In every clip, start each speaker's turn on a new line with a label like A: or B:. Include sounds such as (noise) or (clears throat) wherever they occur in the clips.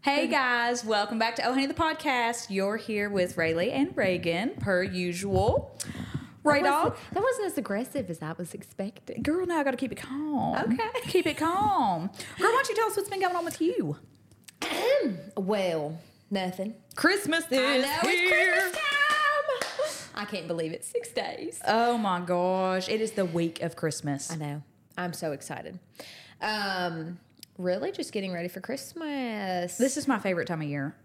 A: Hey guys, welcome back to Oh Honey the podcast. You're here with Rayleigh and Reagan, per usual. Ray
B: That
A: dog,
B: wasn't- That wasn't as aggressive as I was expecting.
A: girl, now I got to keep it calm. (laughs)
B: Okay.
A: keep it calm, girl. Why don't you tell us what's been going on with you?
B: Well, nothing.
A: Christmas is
B: I know
A: here.
B: it's Christmas time. I can't believe it's six days.
A: Oh my gosh, it is the week of Christmas.
B: I know. I'm so excited. Um, really, just getting ready for Christmas.
A: This is my favorite time of year.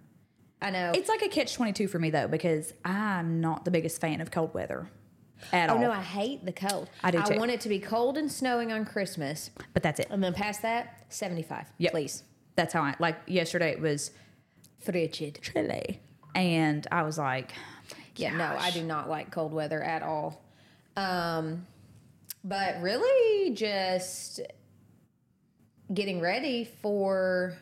B: I know.
A: It's like a catch twenty two for me though, because I'm not the biggest fan of cold weather at
B: oh
A: all.
B: no, I hate the cold.
A: I do
B: I
A: too.
B: want it to be cold and snowing on Christmas,
A: but that's it.
B: and then past that, 75.
A: Yep.
B: Please,
A: That's how I like. Yesterday it was
B: frigid.
A: chilly, and I was like,
B: Yeah, no, I do not like cold weather at all. Um, but really, just getting ready for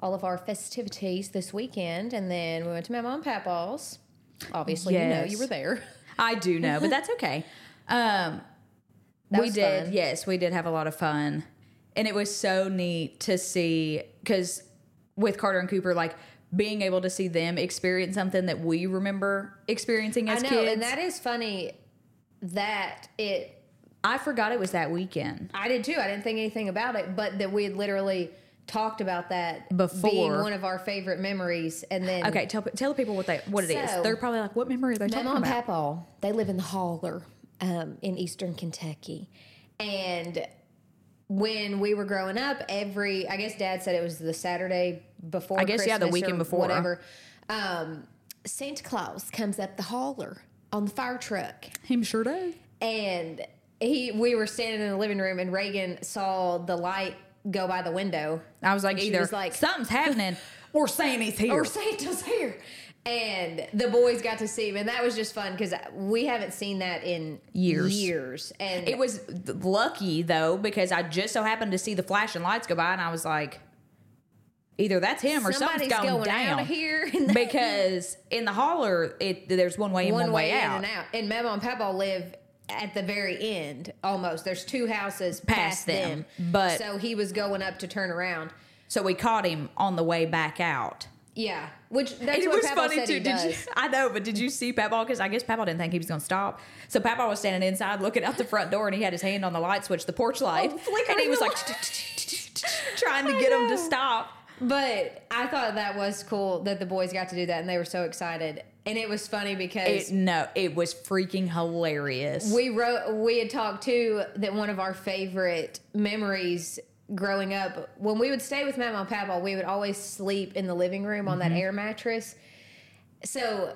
B: all of our festivities this weekend, and then we went to my mom and papa's. Obviously, you know
A: Yes.
B: you were there.
A: I do know, but that's
B: (laughs)
A: okay. Um,
B: That
A: we
B: was
A: did,
B: fun.
A: yes, we did have a lot of fun, and it was so neat to see because with Carter and Cooper, like being able to see them experience something that we remember experiencing
B: I
A: as
B: know,
A: kids.
B: and that is funny. That it,
A: I forgot it was that weekend.
B: I did too. I didn't think anything about it, but that we had literally talked about that being
A: Before.
B: one of our favorite memories, and then
A: Okay, tell tell the people what they what it is.
B: So-
A: They're probably like, what memory are they
B: My
A: talking
B: mom and
A: about?
B: papaw, they live in the holler um, in eastern Kentucky. And when we were growing up, every, I guess dad said it was the Saturday before
A: I guess, yeah, the
B: Christmas
A: weekend
B: or
A: before.
B: Whatever. Um, Santa Claus comes up the holler on the fire truck
A: Him sure does.
B: and he we were standing in the living room and Reagan saw the light go by the window
A: I was like,
B: And she
A: either
B: was like-
A: something's
B: (laughs)
A: happening or Santa's here.
B: or Santa's here. And the boys got to see him, and that was just fun because we haven't seen that in
A: Years.
B: Years, and
A: It was lucky though because I just so happened to see the flashing lights go by, and I was like, either that's him or
B: somebody's
A: something's going,
B: going
A: down
B: out of here. (laughs) And that-
A: because in the holler, it there's one
B: (laughs)
A: way in, one, way, out.
B: and out. And Mama and Papa live at the very end, almost. There's two houses past,
A: Past them,
B: them.
A: but-
B: so he was going up to turn around.
A: So we caught him on the way back out.
B: Yeah, which that's
A: And it
B: what
A: was
B: Papa
A: funny
B: said
A: too.
B: He
A: Did
B: does.
A: you? (laughs) I know, but did you see Papaw? Because I guess Papaw didn't think he was going to stop. So Papaw was standing inside looking out the front door, and he had his hand on the light switch, the porch light, and he
B: flickering
A: was
B: the (laughs)
A: like trying to
B: Oh, I
A: get him to
B: know.
A: stop.
B: But I thought that was cool that the boys got to do that, and they were so excited. And it was funny because
A: It, no, it was freaking hilarious.
B: We wrote. We had talked too that one of our favorite memories growing up when we would stay with Mama and Papa, we would always sleep in the living room on that
A: Mm-hmm.
B: air mattress. So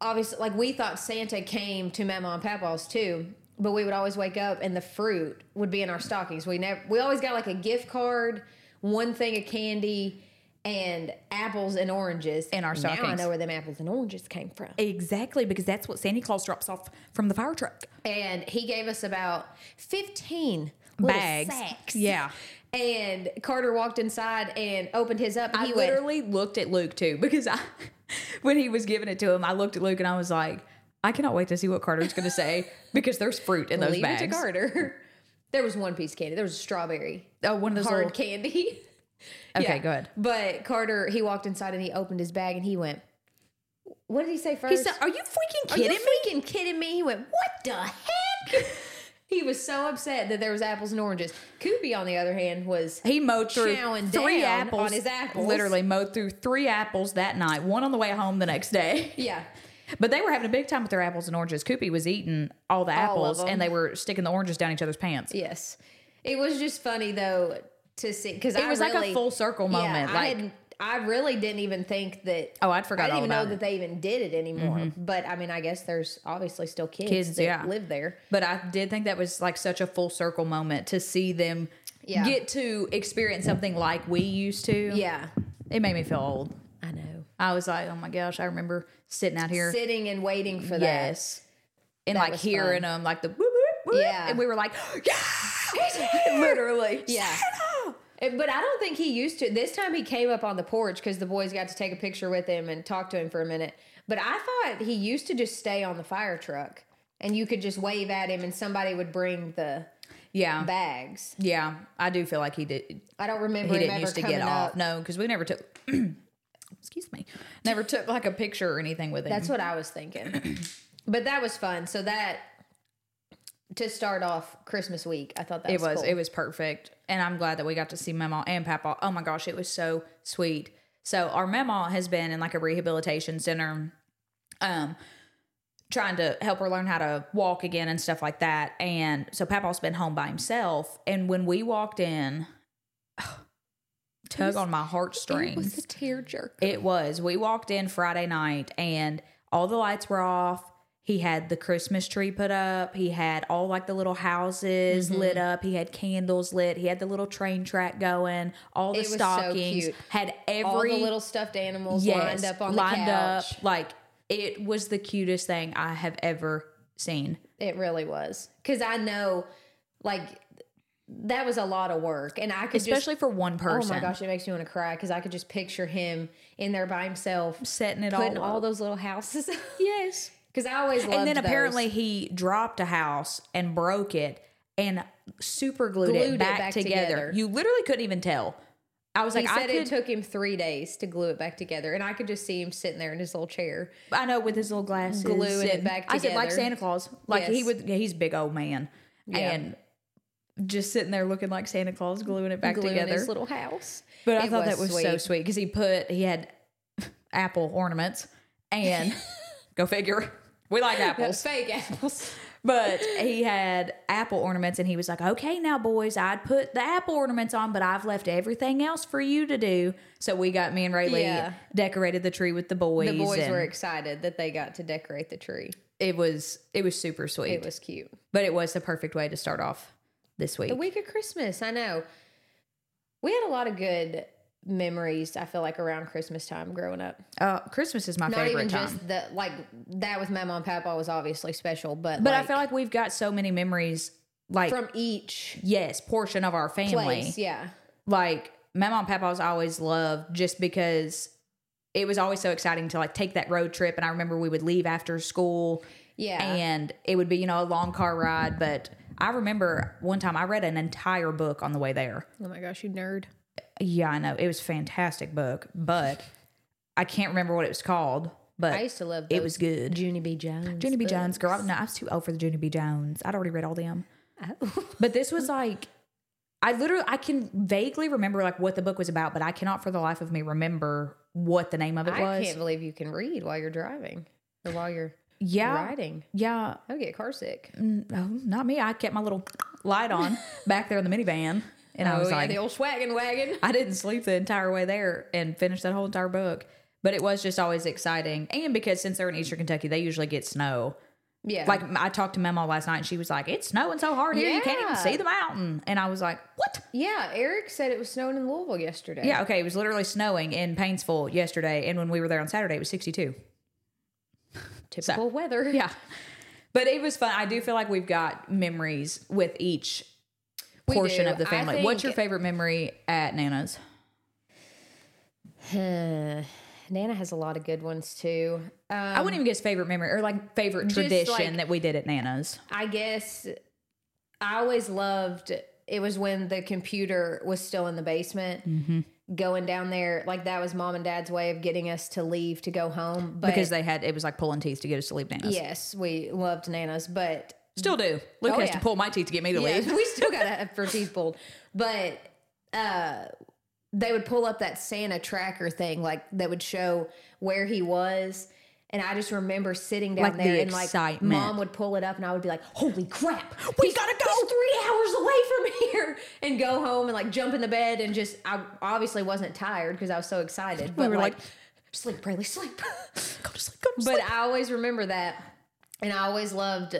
B: obviously, like we thought Santa came to Mama and Papa's too, but we would always wake up and the fruit would be in our stockings. We never. We always got like a gift card, one thing of candy. And apples and oranges
A: In our
B: Now I
A: stockings.
B: know where them apples and oranges came from.
A: Exactly, because that's what Santa Claus drops off from the fire truck.
B: and he gave us about 15 little
A: Bags.
B: sacks.
A: Yeah.
B: And Carter walked inside and opened his up. And
A: I
B: he went,
A: literally looked at Luke too, because I, (laughs) when he was giving it to him, I looked at Luke and I was like, I cannot wait to see what Carter's going to
B: (laughs)
A: say because there's fruit in those
B: leave
A: bags.
B: it to Carter. (laughs) There was one piece of candy. There was a strawberry.
A: Oh, one of those
B: Hard
A: little-
B: candy. (laughs)
A: Okay, go ahead.
B: But Carter, he walked inside and he opened his bag and he went, What did he say first?
A: He said, "Are you freaking
B: Are you
A: kidding me?"
B: freaking kidding me? He went, What the heck? (laughs) he was so upset that there was apples and oranges. Koopy, on the other hand, was
A: He mowed through
B: Chowing
A: three
B: down
A: apples
B: on his apples.
A: Literally mowed through three apples that night. One on the way home the next day.
B: (laughs) yeah.
A: But they were having a big time with their apples and oranges. Koopy was eating all the apples,
B: them.
A: and they were sticking the oranges down each other's pants.
B: Yes, it was just funny though to see because
A: It was like a full circle moment,
B: I,
A: like-
B: had, I really didn't even think that.
A: Oh, I'd forgot
B: I didn't
A: all
B: even
A: about
B: know
A: it.
B: that they even did it anymore. But I mean, I guess there's obviously still kids,
A: Kids,
B: that
A: yeah.
B: live there.
A: But I did think that was like such a full circle moment to see them
B: Yeah.
A: get to experience something like we used to.
B: Yeah,
A: It made me feel old.
B: I know.
A: Mm-hmm. I was like, oh my gosh, I remember sitting out here.
B: Sitting and waiting for
A: yes. And
B: That
A: like
B: was
A: hearing
B: fun.
A: them, like the whoop, whoop, whoop.
B: Yeah.
A: And we were like, (gasps) yeah. Literally.
B: Yeah.
A: Santa!
B: that. But I don't think he used to. This time he came up on the porch because the boys got to take a picture with him and talk to him for a minute. But I thought he used to just stay on the fire truck and you could just wave at him and somebody would bring the
A: Yeah.
B: bags.
A: Yeah. I do feel like he did.
B: I don't
A: He
B: remember him
A: didn't
B: ever
A: used to
B: coming
A: get
B: up.
A: off. No, because we never took. (clears throat) excuse me. Never took like a picture or anything with him.
B: That's what I was thinking. but that was fun. So that to start off Christmas week, I thought that
A: it was
B: cool.
A: it was perfect and i'm glad that we got to see mama and papa oh my gosh it was so sweet so our mama has been in like a rehabilitation center um trying to help her learn how to walk again and stuff like that and so papa's been home by himself and when we walked in tug on my
B: It
A: heartstrings
B: was a tearjerker.
A: it was. We walked in Friday night and all the lights were off. He had the Christmas tree put up. He had all like the little houses
B: Mm-hmm.
A: lit up. He had candles lit. He had the little train track going. All the
B: It was so
A: stockings.
B: cute.
A: Had every
B: All the little stuffed animals
A: yes,
B: lined up on
A: lined
B: the couch.
A: up. Like it was the cutest thing I have ever seen.
B: It really was. Cuz I know like that was a lot of work and I could just
A: Especially for one person.
B: Oh my gosh, it makes me want to cry cuz I could just picture him in there by himself
A: Setting it
B: putting
A: all,
B: all,
A: up.
B: those little houses (laughs)
A: Yes.
B: cuz I always loved
A: And then
B: those.
A: apparently he dropped a house and broke it and super glued,
B: Glued
A: it back, together.
B: together.
A: You literally couldn't even tell. I was like,
B: He said
A: I
B: it
A: could,
B: took him three days to glue it back together, and I could just see him sitting there in his little chair.
A: I know with his little glasses,
B: Gluing it
A: and-
B: back
A: I said like
B: together.
A: Santa Claus, like he
B: Yes.
A: would. He's a big old man,
B: Yeah.
A: and just sitting there looking like Santa Claus, gluing it back
B: gluing
A: together.
B: his little house.
A: But I
B: It
A: thought that was so
B: sweet.
A: sweet because he put he had (laughs) apple ornaments and
B: (laughs)
A: go figure. We like
B: That
A: apples.
B: was fake apples.
A: But he had apple ornaments, and he was like, "Okay, now boys, I'd put the apple ornaments on, but I've left everything else for you to do." So we got me and Rayleigh
B: Yeah.
A: decorated the tree with the boys.
B: The boys
A: and
B: were excited that they got to decorate the tree.
A: It was it was super sweet,
B: It was cute.
A: but it was the perfect way to start off this week.
B: The week of Christmas, I know. We had a lot of good memories. I feel like around Christmas time growing up.
A: Uh, Christmas is my
B: Not
A: favorite
B: even
A: time,
B: just the like that with my mom and papa was obviously special, but
A: but
B: like,
A: I feel like we've got so many memories. Like
B: from each
A: yes, portion of our family.
B: place, yeah.
A: like my mom and papa's always loved just because it was always so exciting to like take that road trip and i remember we would leave after school
B: Yeah.
A: and it would be you know a long car ride but i remember one time i read an entire book on the way there
B: oh my gosh, you nerd.
A: yeah i know it was a fantastic book but i can't remember what it was called
B: I
A: but
B: used to love
A: it
B: those
A: was good
B: Junie B. Jones.
A: Junie B.
B: books.
A: Jones, girl. No, I was too old for the Junie B. Jones. I'd already read all them.
B: Oh.
A: But this was like, I literally, I can vaguely remember like what the book was about, but I cannot for the life of me remember what the name of it (laughs)
B: I
A: was.
B: can't believe you can read while you're driving or while you're
A: yeah.
B: riding.
A: Yeah.
B: I would get car sick.
A: Mm, oh, not me. I kept my little light
B: (laughs)
A: on back there in the minivan. And I was
B: Oh, yeah,
A: like,
B: the old swaggin' wagon.
A: I didn't sleep the entire way there and finished that whole entire book. But it was just always exciting. And because since they're in Eastern Kentucky, they usually get snow.
B: Yeah.
A: Like I talked to Mama last night and she was like, It's snowing so hard here, you can't even
B: Yeah.
A: see the mountain. And I was like, What?
B: yeah, Eric said it was snowing in Louisville yesterday.
A: Yeah, okay. It was literally snowing in Painesville yesterday, and when we were there on Saturday, it was 62.
B: Typical weather.
A: Yeah, but it was fun. I do feel like we've got memories with each
B: We
A: portion
B: do.
A: of the
B: I
A: family. What's your
B: think-
A: favorite memory at Nana's?
B: Nana has a lot of good ones too. Um,
A: I wouldn't even guess favorite memory or like favorite
B: Just,
A: tradition
B: like-
A: that we did at Nana's.
B: I guess I always loved it was when the computer was still in the basement.
A: Mm-hmm.
B: Going down there, like that was mom and dad's way of getting us to leave to go home. But
A: because they had it was like pulling teeth to get us to leave Nana's.
B: yes, we loved Nana's, but
A: Still do. Luke
B: Oh,
A: has to
B: yeah.
A: pull my teeth to get me to
B: Yeah,
A: (laughs) leave.
B: we still got to have for teeth pulled. But uh, they would pull up that Santa tracker thing, like that would show where he was. And I just remember sitting down
A: Like the
B: there and like
A: excitement.
B: mom would pull it up and I would be like, holy crap,
A: (gasps) We
B: he's-
A: gotta
B: he's (laughs) three hours away from here and go home and like jump in the bed and just, I obviously wasn't tired because I was so excited. But
A: were
B: like,
A: like,
B: sleep, Braylee, sleep.
A: Go to sleep. Go to
B: But
A: sleep.
B: I always remember that, and I always loved.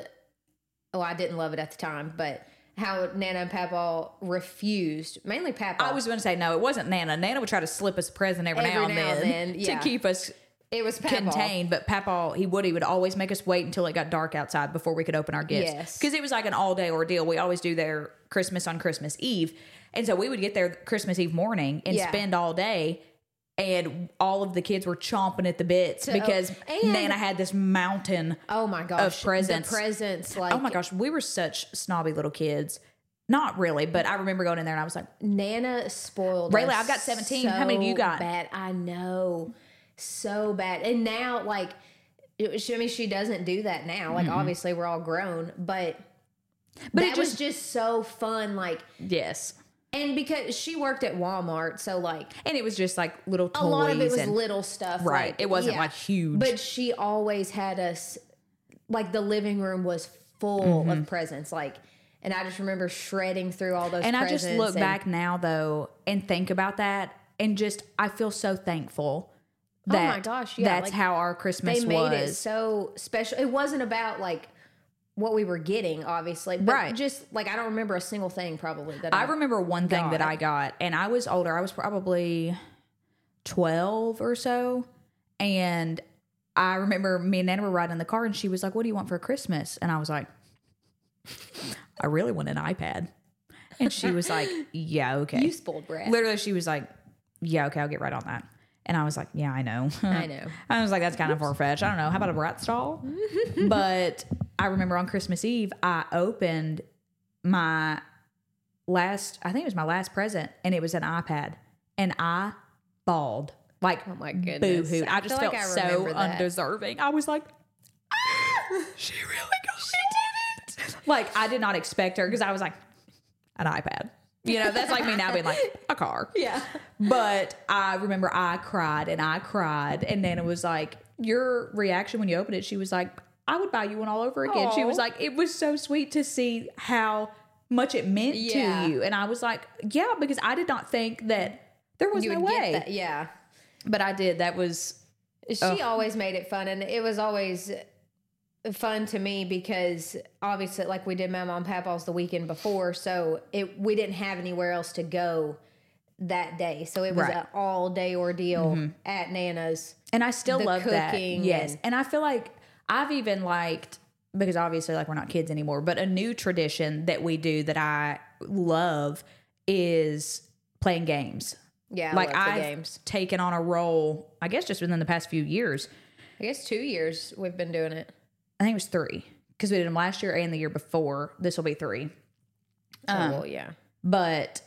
B: Oh, I didn't love it at the time, but how Nana and Papa refused, mainly Papa.
A: I was going to say no. It wasn't Nana. Nana would try to slip us a present every, now, and then,
B: yeah.
A: (laughs) to keep us
B: it was Papa.
A: contained, but Papaw, he would he would always make us wait until it got dark outside before we could open our gifts.
B: Yes.
A: Because it was like an all day ordeal. We always do their Christmas on Christmas Eve. And so we would get there Christmas Eve morning and
B: Yeah.
A: spend all day. And all of the kids were chomping at the bits because
B: and-
A: Nana had this mountain. oh
B: Oh my gosh,
A: presents.
B: The presents, like
A: oh my gosh, we were such snobby little kids. Not really, but I remember going in there and I was like,
B: Nana spoiled.
A: Rayla,
B: us
A: I've got 17. How many do you
B: so
A: got?
B: Bad. I know, so bad. And now, like, it- she, I mean, she doesn't do that now. Like, obviously, we're all grown, but
A: Mm-hmm. But
B: that
A: it
B: was just so fun. Like,
A: yes.
B: and because she worked at Walmart, so like
A: And it was just like little toys.
B: a lot of it was
A: and,
B: little stuff.
A: right.
B: like-
A: it wasn't
B: yeah.
A: like huge.
B: But she always had us like the living room was full
A: Mm-hmm.
B: of presents. Like and I just remember shredding through all those
A: and I
B: presents.
A: just look
B: and-
A: back now though and think about that and just I feel so thankful that
B: Oh my gosh, yeah,
A: that's
B: like,
A: how our Christmas
B: they made
A: was.
B: it so special. It wasn't about like what we were getting, obviously. But
A: Right.
B: Just like I don't remember a single thing probably that
A: I
B: I,
A: remember one thing that
B: God.
A: I got, and I was older. I was probably 12 or so. And I remember me and Nana were riding in the car, and she was like, What do you want for Christmas? And I was like, I really want an iPad. And she was
B: (laughs)
A: like, Yeah, okay.
B: you spoiled brat.
A: Literally, she was like, Yeah, okay, I'll get right on that. And I was like, Yeah, I know. (laughs)
B: I know.
A: I was like, that's kind of far fetched. I don't know. How about a brat
B: (laughs)
A: stall? but I remember on Christmas Eve, I opened my last, I think it was my last present, and it was an iPad. And I bawled like
B: Oh my
A: boo
B: goodness.
A: hoo. I just
B: feel
A: felt
B: like I
A: so
B: remember that.
A: undeserving. I was like, "Ah, she really got she did it. Like, I did not expect her because I was like, an iPad. You know, that's like me now being like, a
B: (laughs)
A: car.
B: (laughs) Yeah.
A: But I remember I cried and I cried. And Nana was like, Your reaction when you opened it, she was like, I would buy you one all over again. She
B: Aw.
A: was like, It was so sweet to see how much it meant
B: Yeah.
A: to you. And I was like, Yeah, because I did not think that there was
B: You
A: no
B: would get
A: way.
B: that. Yeah.
A: But I did. That was
B: She always made it fun, and it was always fun to me because obviously, like we did Mama and Papa's the weekend before, so it we didn't have anywhere else to go that day, so it was
A: Right. Mm-hmm.
B: an all day ordeal at Nana's.
A: And I still
B: the
A: love that.
B: cooking
A: Yes.
B: and-
A: And, I feel like I've even liked because obviously like we're not kids anymore, but a new tradition that we do that I love is playing games.
B: Yeah, I
A: like
B: loved the
A: I've
B: games.
A: taken on a role, I guess just within the past few years.
B: I guess two years we've been doing it.
A: I think it was three because we did them last year and the year before. This will be three.
B: So,
A: Um,
B: Oh, well, yeah,
A: but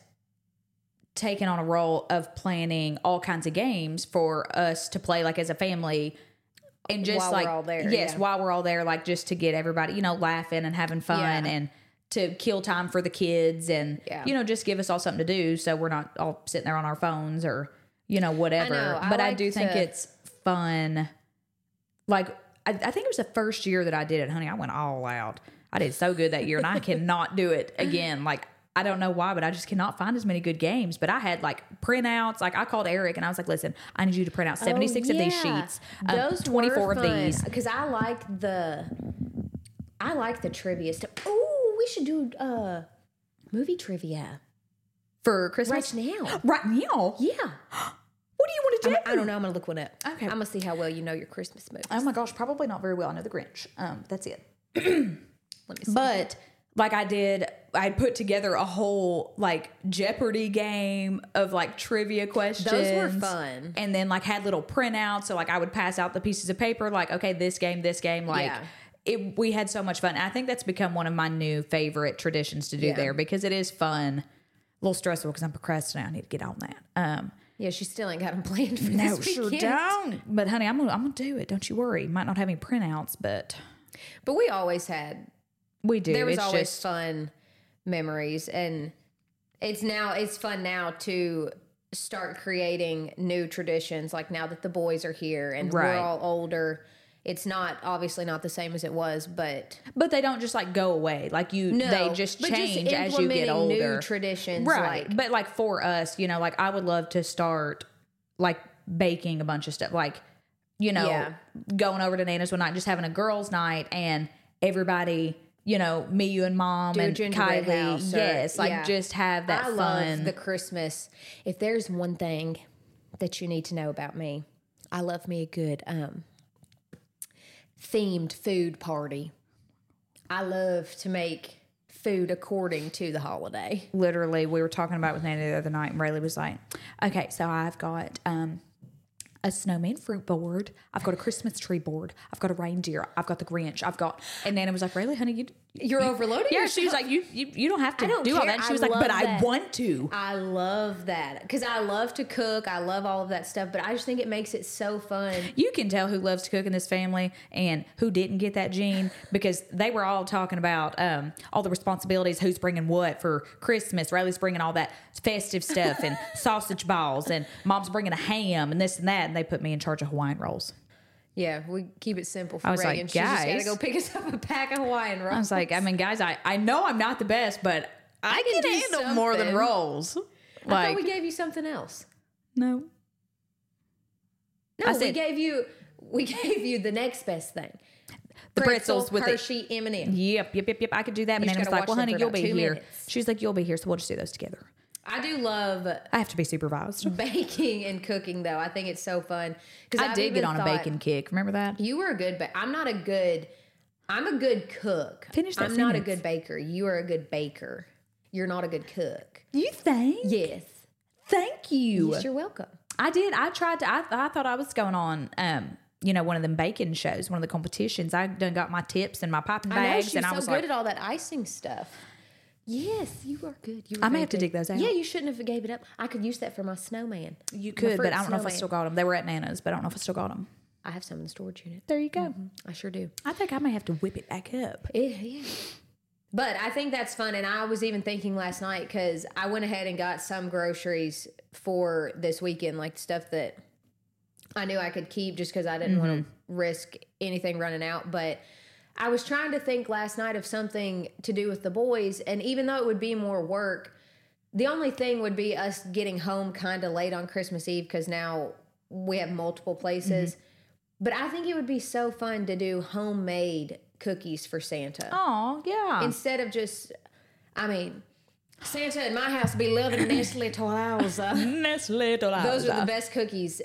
A: taking on a role of planning all kinds of games for us to play like as a family and just
B: While we're
A: like
B: all there,
A: yes
B: yeah.
A: while we're all there like just to get everybody you know laughing and having fun
B: Yeah.
A: and to kill time for the kids and
B: Yeah.
A: you know just give us all something to do so we're not all sitting there on our phones or you know whatever
B: know. I
A: but i
B: like
A: do think
B: to-
A: it's fun like I, I think it was the first year that I did it, honey. I went all out. I did so good that year, and I cannot do it again. Like I don't know why, but I just cannot find as many good games. But I had like printouts. Like I called Eric and I was like, "Listen, I need you to
B: Oh,
A: print out seventy six Oh, of these sheets, um, twenty four of these."
B: because I like the I like the trivia stuff. Oh, we should do uh movie trivia
A: for
B: right
A: Christmas.
B: now.
A: (gasps) Right now,
B: Yeah.
A: what do you want to do?
B: I don't know. I'm gonna look one up.
A: Okay.
B: I'm gonna see how well you know your Christmas movies.
A: Oh my gosh, probably not very well. I know the Grinch. Um, that's it.
B: Let me see.
A: But like I did, I had put together a whole like Jeopardy game of like trivia questions.
B: Those were fun.
A: And then like had little printouts. So like I would pass out the pieces of paper, like, okay, this game, this game, like
B: Yeah.
A: it we had so much fun. And I think that's become one of my new favorite traditions to do
B: Yeah.
A: there because it is fun. A little stressful because I'm procrastinating. I need to get on that. Um
B: Yeah, she still ain't got them planned for
A: no, (laughs)
B: this
A: sure
B: weekend.
A: don't. But honey, I'm gonna I'm gonna do it. Don't you worry. Might not have any printouts, but
B: But we always had.
A: we do.
B: There was
A: it's
B: always
A: just
B: fun memories, and it's now it's fun now to start creating new traditions. Like now that the boys are here and
A: Right.
B: we're all older, it's not obviously not the same as it was, but
A: But they don't just like go away. Like you,
B: no,
A: they just
B: but
A: change as you get
B: implementing
A: older,
B: New traditions,
A: right?
B: Like,
A: but like for us, you know, like I would love to start like baking a bunch of stuff, like you know,
B: Yeah.
A: going over to Nana's one night, just having a girls' night, and everybody, you know, me, you, and mom,
B: a
A: and
B: gingerbread
A: Kylie,
B: house or-
A: yes, like
B: yeah.
A: just have that fun.
B: I love the Christmas. If there's one thing that you need to know about me, I love me a good um, themed food party. I love to make food according to the holiday.
A: literally we were talking about it with Nana the other night, and Rayleigh was like, "Okay, so I've got um, a snowman fruit board. I've got a Christmas tree board. I've got a reindeer. I've got the Grinch. I've got." And Nana was like, "Rayleigh, honey, you
B: You're overloading.
A: Yeah,
B: yourself.
A: she was like, you, you, you don't have to
B: I
A: do
B: don't
A: all
B: care.
A: that. And she
B: I
A: was like,
B: love
A: but I
B: that.
A: want to.
B: I love that because I love to cook. I love all of that stuff, but I just think it makes it so fun.
A: You can tell who loves to cook in this family and who didn't get that gene because they were all talking about um, all the responsibilities, who's bringing what for Christmas. Riley's bringing all that festive stuff (laughs) and sausage balls, and mom's bringing a ham and this and that. And they put me in charge of Hawaiian rolls.
B: Yeah, we keep it simple for
A: was like,
B: Reagan. She's just gotta
A: "Guys."
B: go pick us up a pack of Hawaiian rolls.
A: I was like, I mean, guys, I, I know I'm not the best, but I,
B: can
A: can,
B: do
A: handle more than
B: something.
A: rolls.
B: I
A: Like,
B: thought we gave you something else.
A: no.
B: No,
A: I
B: we
A: said-
B: gave you we (laughs) gave you the next best thing.
A: The pretzels with it.
B: Hershey M and m
A: Yep, yep, yep, yep. I could do that. But
B: You
A: Nana
B: just
A: was
B: gotta
A: like,
B: watch
A: well,
B: them
A: honey,
B: for
A: you'll
B: about
A: be
B: two
A: here.
B: minutes.
A: She was like, you'll be here, so we'll just do those together.
B: I do love (laughs)
A: I have to be supervised.
B: baking and cooking though. I think it's so fun because
A: I did get on a bacon kick. Remember that?
B: You were a good, but I'm not a good. I'm a good cook.
A: Finish that
B: I'm not a
A: sentence.
B: good baker. You are a good baker. You're not a good cook.
A: You think?
B: Yes.
A: Thank you.
B: Yes, you're welcome.
A: I did. I tried to. I, I thought I was going on, um, you know, one of them baking shows, one of the competitions. I done got my tips and my popping
B: I know
A: bags,
B: she's
A: and
B: so
A: I was
B: good
A: like,
B: at all that icing stuff. Yes, you are good. You
A: I may have to dig those out.
B: Yeah, you shouldn't have gave it up. I could use that for my snowman.
A: you could, but
B: fruit
A: I don't know if I
B: snowman.
A: still got them. They were at Nana's, but I don't know if I still got them.
B: I have some in the storage unit.
A: There you go.
B: I sure do.
A: I think I may have to whip it back up.
B: Yeah, yeah. But I think that's fun. And I was even thinking last night because I went ahead and got some groceries for this weekend, like stuff that I knew I could keep just because I didn't want to risk anything running out. But I was trying to think last night of something to do with the boys. And even though it would be more work, the only thing would be us getting home kind of late on Christmas Eve because now we have multiple places. But I think it would be so fun to do homemade cookies for Santa
A: Oh yeah.
B: instead of just, I mean, Santa in my house be loving
A: (laughs)
B: Nestle Toralza. uh, Those are the best cookies.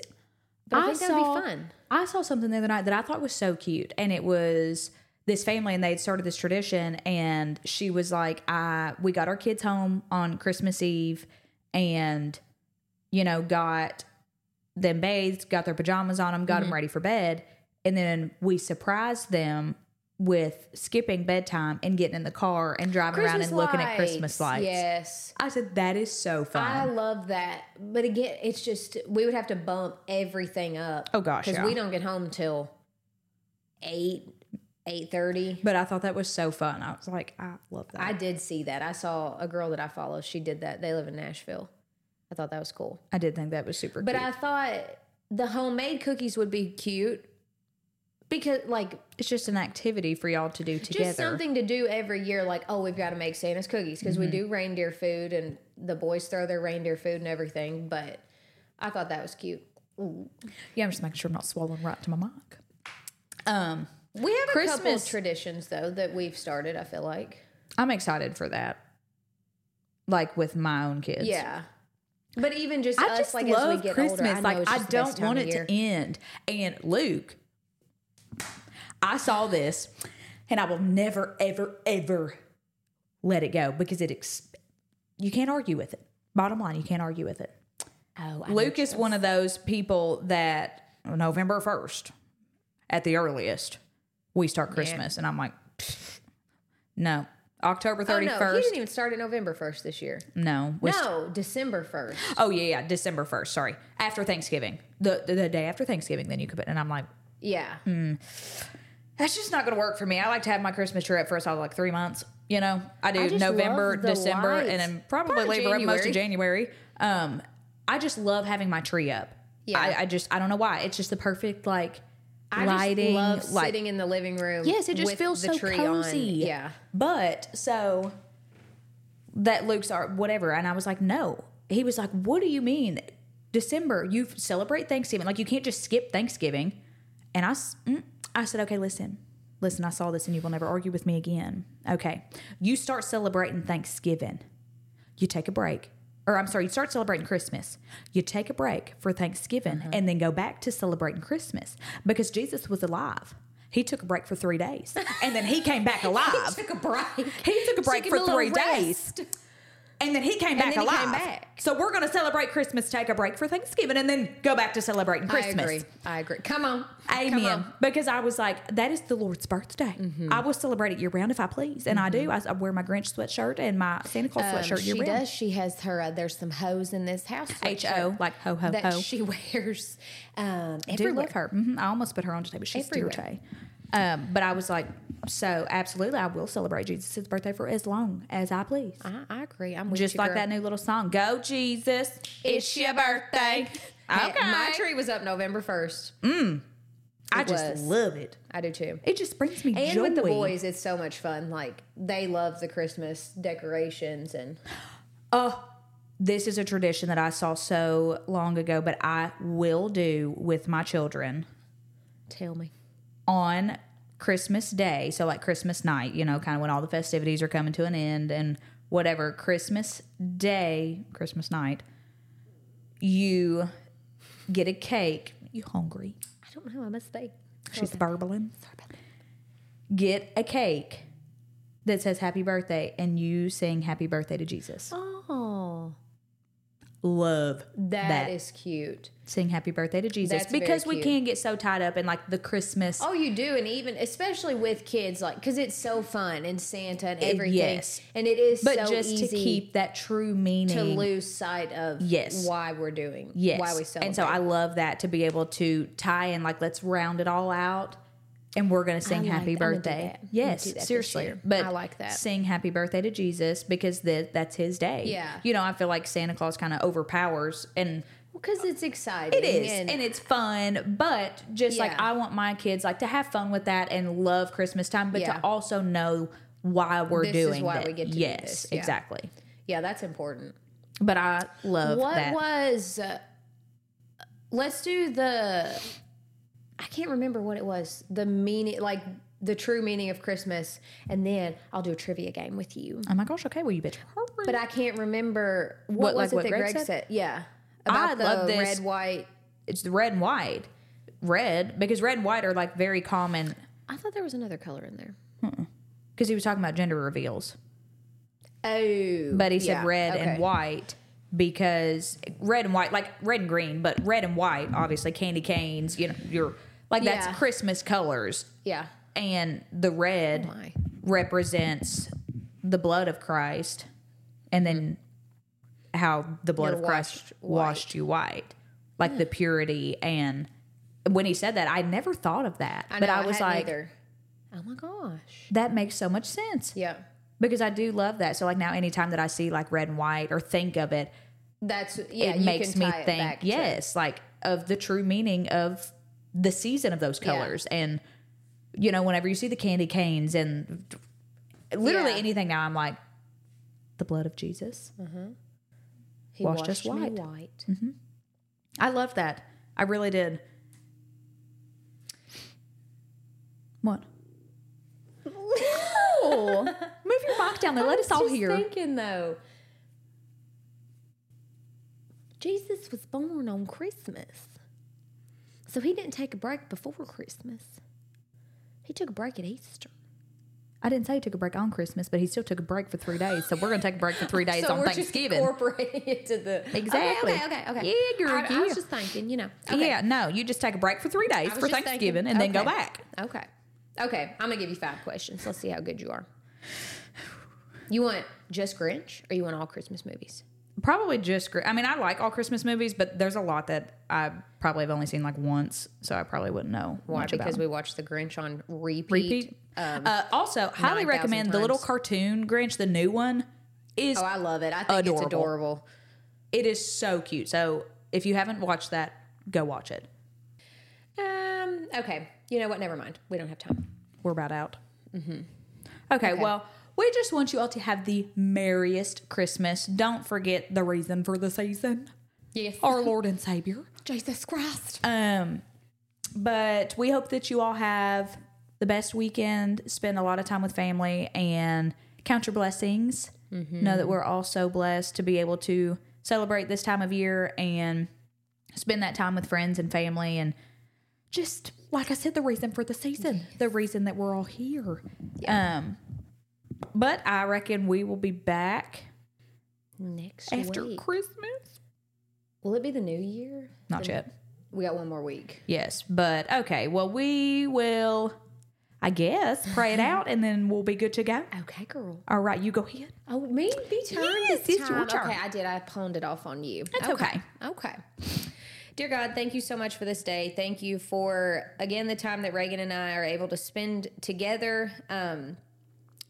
B: But I, think that would be fun.
A: I saw something the other night that I thought was so cute, and it was this family, and they had started this tradition. And she was like, "I we got our kids home on Christmas Eve, and you know, got them bathed, got their pajamas on them, got
B: Mm-hmm.
A: them ready for bed, and then we surprised them." With skipping bedtime and getting in the car and driving around and looking at Christmas lights.
B: Yes.
A: I said, that is so fun.
B: I love that. But again, it's just, we would have to bump everything up.
A: Oh, gosh,
B: Because
A: yeah.
B: we don't get home till 8, 8.30.
A: But I thought that was so fun. I was like, I love that.
B: I did see that. I saw a girl that I follow. She did that. They live in Nashville. I thought that was cool.
A: I did think that was super
B: But
A: cute.
B: I thought the homemade cookies would be cute because, like,
A: it's just an activity for y'all to do together.
B: just something to do every year. Like, oh, we've got to make Santa's cookies because
A: Mm-hmm.
B: we do reindeer food, and the boys throw their reindeer food and everything. But I thought that was cute.
A: Yeah, I'm just making sure I'm not swallowing right to my mic. Um,
B: We have a couple of
A: Christmas-
B: traditions though that we've started. I feel like,
A: I'm excited for that. Like with my own kids.
B: yeah. But even just
A: I
B: us,
A: just
B: like as
A: love
B: we get
A: Christmas.
B: older, I know
A: like
B: it's
A: I
B: just the
A: don't
B: best time
A: want
B: of
A: it
B: year.
A: to end. And Luke, I saw this, and I will never, ever, ever let it go because it. Ex- you can't argue with it. Bottom line, you can't argue with it.
B: Oh, I know
A: Luke is one of those people that November 1st, at the earliest, we start Christmas. And I'm like, pfft, no. October
B: Oh,
A: 31st.
B: no,
A: no,
B: he didn't even start at November first this year.
A: we st-
B: No, December first.
A: Oh, yeah, yeah. December 1st. Sorry. After Thanksgiving. The, the, the day after Thanksgiving, then you could. And I'm like,
B: Yeah,
A: Mm. that's just not going to work for me. I like to have my Christmas tree up first. I like three months. You know, I do
B: I just
A: November,
B: love the
A: December,
B: lights.
A: and then probably,
B: Probably
A: leave up most of January. Um, I just love having my tree up.
B: Yeah.
A: I, I just I don't know why. It's just the perfect like
B: I
A: lighting.
B: just love
A: like,
B: sitting in the living room.
A: yes, it just
B: with
A: feels
B: the
A: so
B: tree on.
A: cozy.
B: Yeah,
A: But so that Luke's are whatever, and I was like, no. He was like, what do you mean? December, you f- celebrate Thanksgiving. Like you can't just skip Thanksgiving. And I, s- mm, I said, okay, listen, listen. I saw this, and you will never argue with me again. Okay, you start celebrating Thanksgiving. You take a break. Or I'm sorry, you start celebrating Christmas. You take a break for Thanksgiving
B: Mm-hmm.
A: and then go back to celebrating Christmas because Jesus was alive. He took a break for three
B: (laughs)
A: days and then he came back alive.
B: took a break.
A: He took a break
B: him
A: for
B: a little
A: three days. And then he came back
B: then he
A: alive.
B: came back.
A: So we're going to celebrate Christmas, take a break for Thanksgiving, and then go back to celebrating Christmas.
B: I agree. I agree. Come on. Come
A: Amen.
B: on. Mm-hmm.
A: Because I was like, that is the Lord's birthday. I will celebrate it year round if I please. And I do. I, I wear my Grinch sweatshirt and my Santa Claus
B: Um,
A: sweatshirt year
B: she
A: round.
B: does. She has her. Uh, there's some hoes in this house.
A: H
B: sweatshirt
A: O, like ho ho
B: that
A: ho.
B: she (laughs) wears. Um,
A: I do
B: everywhere.
A: love her. hmm I almost put her on today, but she's still
B: Everywhere.
A: Tay. Um, but I was like, so absolutely, I will celebrate Jesus' birthday for as long as I please.
B: I, I agree. I'm with
A: Just
B: you,
A: like
B: girl.
A: that new little song, "Go Jesus, it's your birthday."
B: Hey,
A: Okay,
B: My tree was up November first.
A: I just
B: was.
A: love it.
B: I do too.
A: It just brings me
B: And
A: joy.
B: with the boys, it's so much fun. Like they love the Christmas decorations and
A: Oh, this is a tradition that I saw so long ago, but I will do with my children
B: tell me.
A: on Christmas Day. So, like Christmas night, you know, kind of when all the festivities are coming to an end and whatever. Christmas Day, Christmas night, you get a cake. You hungry?
B: I don't know. I must be.
A: She's burbling. Get a cake that says happy birthday and you sing happy birthday to Jesus.
B: Oh,
A: Love
B: that is cute.
A: sing happy birthday to Jesus
B: That's very
A: because we
B: cute.
A: can get so tied up in like the Christmas.
B: Oh, you do, and even especially with kids, like because it's so fun and Santa and
A: Eh,
B: everything.
A: yes.
B: and it is
A: but
B: so
A: just
B: easy
A: to keep that true meaning.
B: to lose sight of
A: Yes.
B: why we're doing
A: yes.
B: why we celebrate.
A: And so I love that to be able to tie in, like, let's round it all out and we're going to sing
B: like-
A: happy
B: I'm gonna do that.
A: birthday.
B: I'm gonna
A: Yes,
B: do that this
A: seriously.
B: year.
A: But
B: I like that.
A: Sing happy birthday to Jesus because th- that's his day.
B: Yeah.
A: You know, I feel like Santa Claus kind of overpowers and
B: because it's exciting.
A: It is, and,
B: and,
A: it's fun. But just like
B: Yeah.
A: I want my kids like to have fun with that and love Christmas time, but
B: Yeah.
A: to also know why we're
B: This is
A: doing
B: why
A: that.
B: we get to do
A: yes,
B: this, yeah.
A: exactly.
B: yeah, that's important.
A: But I love
B: What
A: that.
B: was? Uh, let's do the. I can't remember what it was. The meaning, like the true meaning of Christmas, and then I'll do a trivia game with you.
A: oh my gosh! Okay, well you bitch.
B: But I can't remember what,
A: What, like
B: was it
A: what
B: that
A: Greg
B: Greg,
A: said?
B: said? Yeah, about
A: I
B: the
A: love this.
B: red, white.
A: it's the red and white. Red because red and white are like very common.
B: I thought there was another color in there.
A: Because he was talking about gender reveals,
B: Oh,
A: but he said
B: yeah,
A: red
B: okay.
A: and white because red and white like red and green, but red and white obviously candy canes. You know, you're like that's
B: Yeah.
A: Christmas colors.
B: Yeah.
A: and the red
B: My.
A: represents the blood of Christ, and then how the blood
B: You're
A: of Christ
B: washed white.
A: washed you white, like the purity. And when he said that, I never thought of that,
B: I know,
A: but I was
B: hadn't
A: like,
B: either. oh my gosh.
A: that makes so much sense
B: Yeah.
A: because I do love that. So like now, anytime that I see like red and white or think of it,
B: That's yeah.
A: it
B: you
A: makes
B: can
A: me
B: tie it
A: think,
B: back to-
A: yes, like of the true meaning of the season of those
B: Yeah.
A: colors. And, you know, whenever you see the candy canes and literally
B: Yeah. Mm-hmm.
A: anything now, I'm like, the blood of Jesus.
B: he
A: washed us
B: me
A: white.
B: white.
A: I love that. I really did. What?
B: (laughs)
A: Move your mic down there. Mm-hmm. Let us all
B: Just
A: hear.
B: Thinking though. Jesus was born on Christmas. So he didn't take a break before Christmas. He took a break at Easter.
A: I didn't say he took a break on Christmas, but he still took a break for three days. So we're going to take a break for three days
B: (laughs) so
A: on
B: we're
A: Thanksgiving.
B: Just incorporating it to the
A: (laughs)
B: Okay,
A: Exactly.
B: Okay, okay, okay.
A: Yeah, girl,
B: I, I
A: yeah.
B: was just thinking, you know. Okay.
A: Yeah, no, you just take a break for three days
B: I was
A: for
B: just
A: Thanksgiving and
B: thinking,
A: then go
B: okay.
A: back.
B: Okay. Okay. I'm gonna give you five questions. Let's see how good you are. You want just Grinch, or you want all Christmas movies?
A: Probably just, gr- I mean, I like all Christmas movies, but there's a lot that I probably have only seen like once, so I probably wouldn't know
B: Why?
A: much
B: because
A: about.
B: we watched the Grinch on repeat.
A: Repeat. uh, also, highly
B: 9,000
A: recommend the little
B: times.
A: cartoon Grinch, the new one. Is
B: Oh, I love it. I think
A: Adorable.
B: it's adorable.
A: it is so cute. So if you haven't watched that, go watch it.
B: Um. Okay. You know what? Never mind. We don't have time.
A: We're about out.
B: Mm-hmm.
A: Okay, well, we just want you all to have the merriest Christmas. Don't forget the reason for the season,
B: Yes.
A: our Lord and Savior.
B: Jesus Christ.
A: Um, but we hope that you all have the best weekend. Spend a lot of time with family and count your blessings. Know that we're all so blessed to be able to celebrate this time of year and spend that time with friends and family and just like I said, the reason for the season, the reason that we're all here. Um, but I reckon we will be back
B: next
A: after
B: week.
A: Christmas.
B: Will it be the new year?
A: Not
B: The-
A: yet.
B: We got one more week.
A: Yes, but okay. Well, we will, I guess, pray it out, and then we'll be good to go.
B: Okay, girl.
A: All right, you go ahead.
B: Oh, me be turned
A: Yes,
B: this
A: it's
B: time.
A: your turn.
B: Okay, I did. I pawned it off on you.
A: That's okay.
B: Okay. Dear God, thank you so much for this day. Thank you for again the time that Reagan and I are able to spend together, um,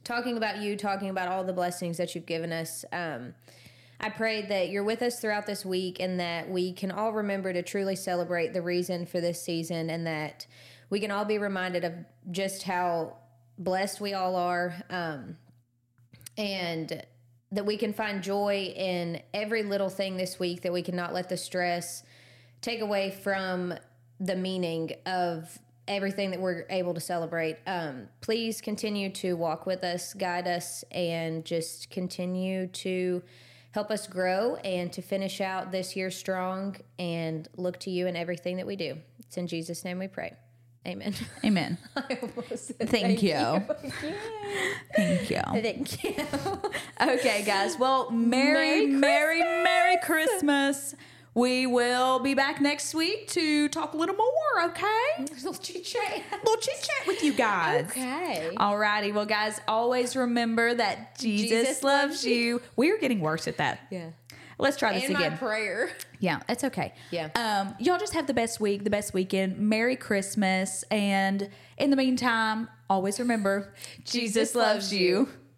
B: talking about you, talking about all the blessings that you've given us. Um, I pray that you're with us throughout this week and that we can all remember to truly celebrate the reason for this season and that we can all be reminded of just how blessed we all are. Um, and that we can find joy in every little thing this week, that we cannot let the stress take away from the meaning of everything that we're able to celebrate. Um, please continue to walk with us, guide us, and just continue to help us grow and to finish out this year strong and look to you in everything that we do. It's in Jesus' name we pray. Amen. (laughs)
A: Amen.
B: I almost
A: (laughs)
B: said
A: Thank (laughs) you.
B: you.
A: Thank you.
B: Thank you. (laughs)
A: Okay, guys. Well, merry, merry, merry Christmas. We will be back next week to talk a little more. Okay,
B: Little chit chat.
A: little chit chat with you guys.
B: Okay.
A: Alrighty, well, guys, always remember that Jesus,
B: Jesus
A: loves,
B: loves
A: you. We're getting worse at that.
B: Yeah.
A: Let's try this
B: And my
A: again.
B: prayer.
A: yeah, it's okay.
B: Yeah.
A: Um, y'all just have the best week, the best weekend. Merry Christmas. And in the meantime, always remember Jesus, loves
B: loves
A: you.
B: you.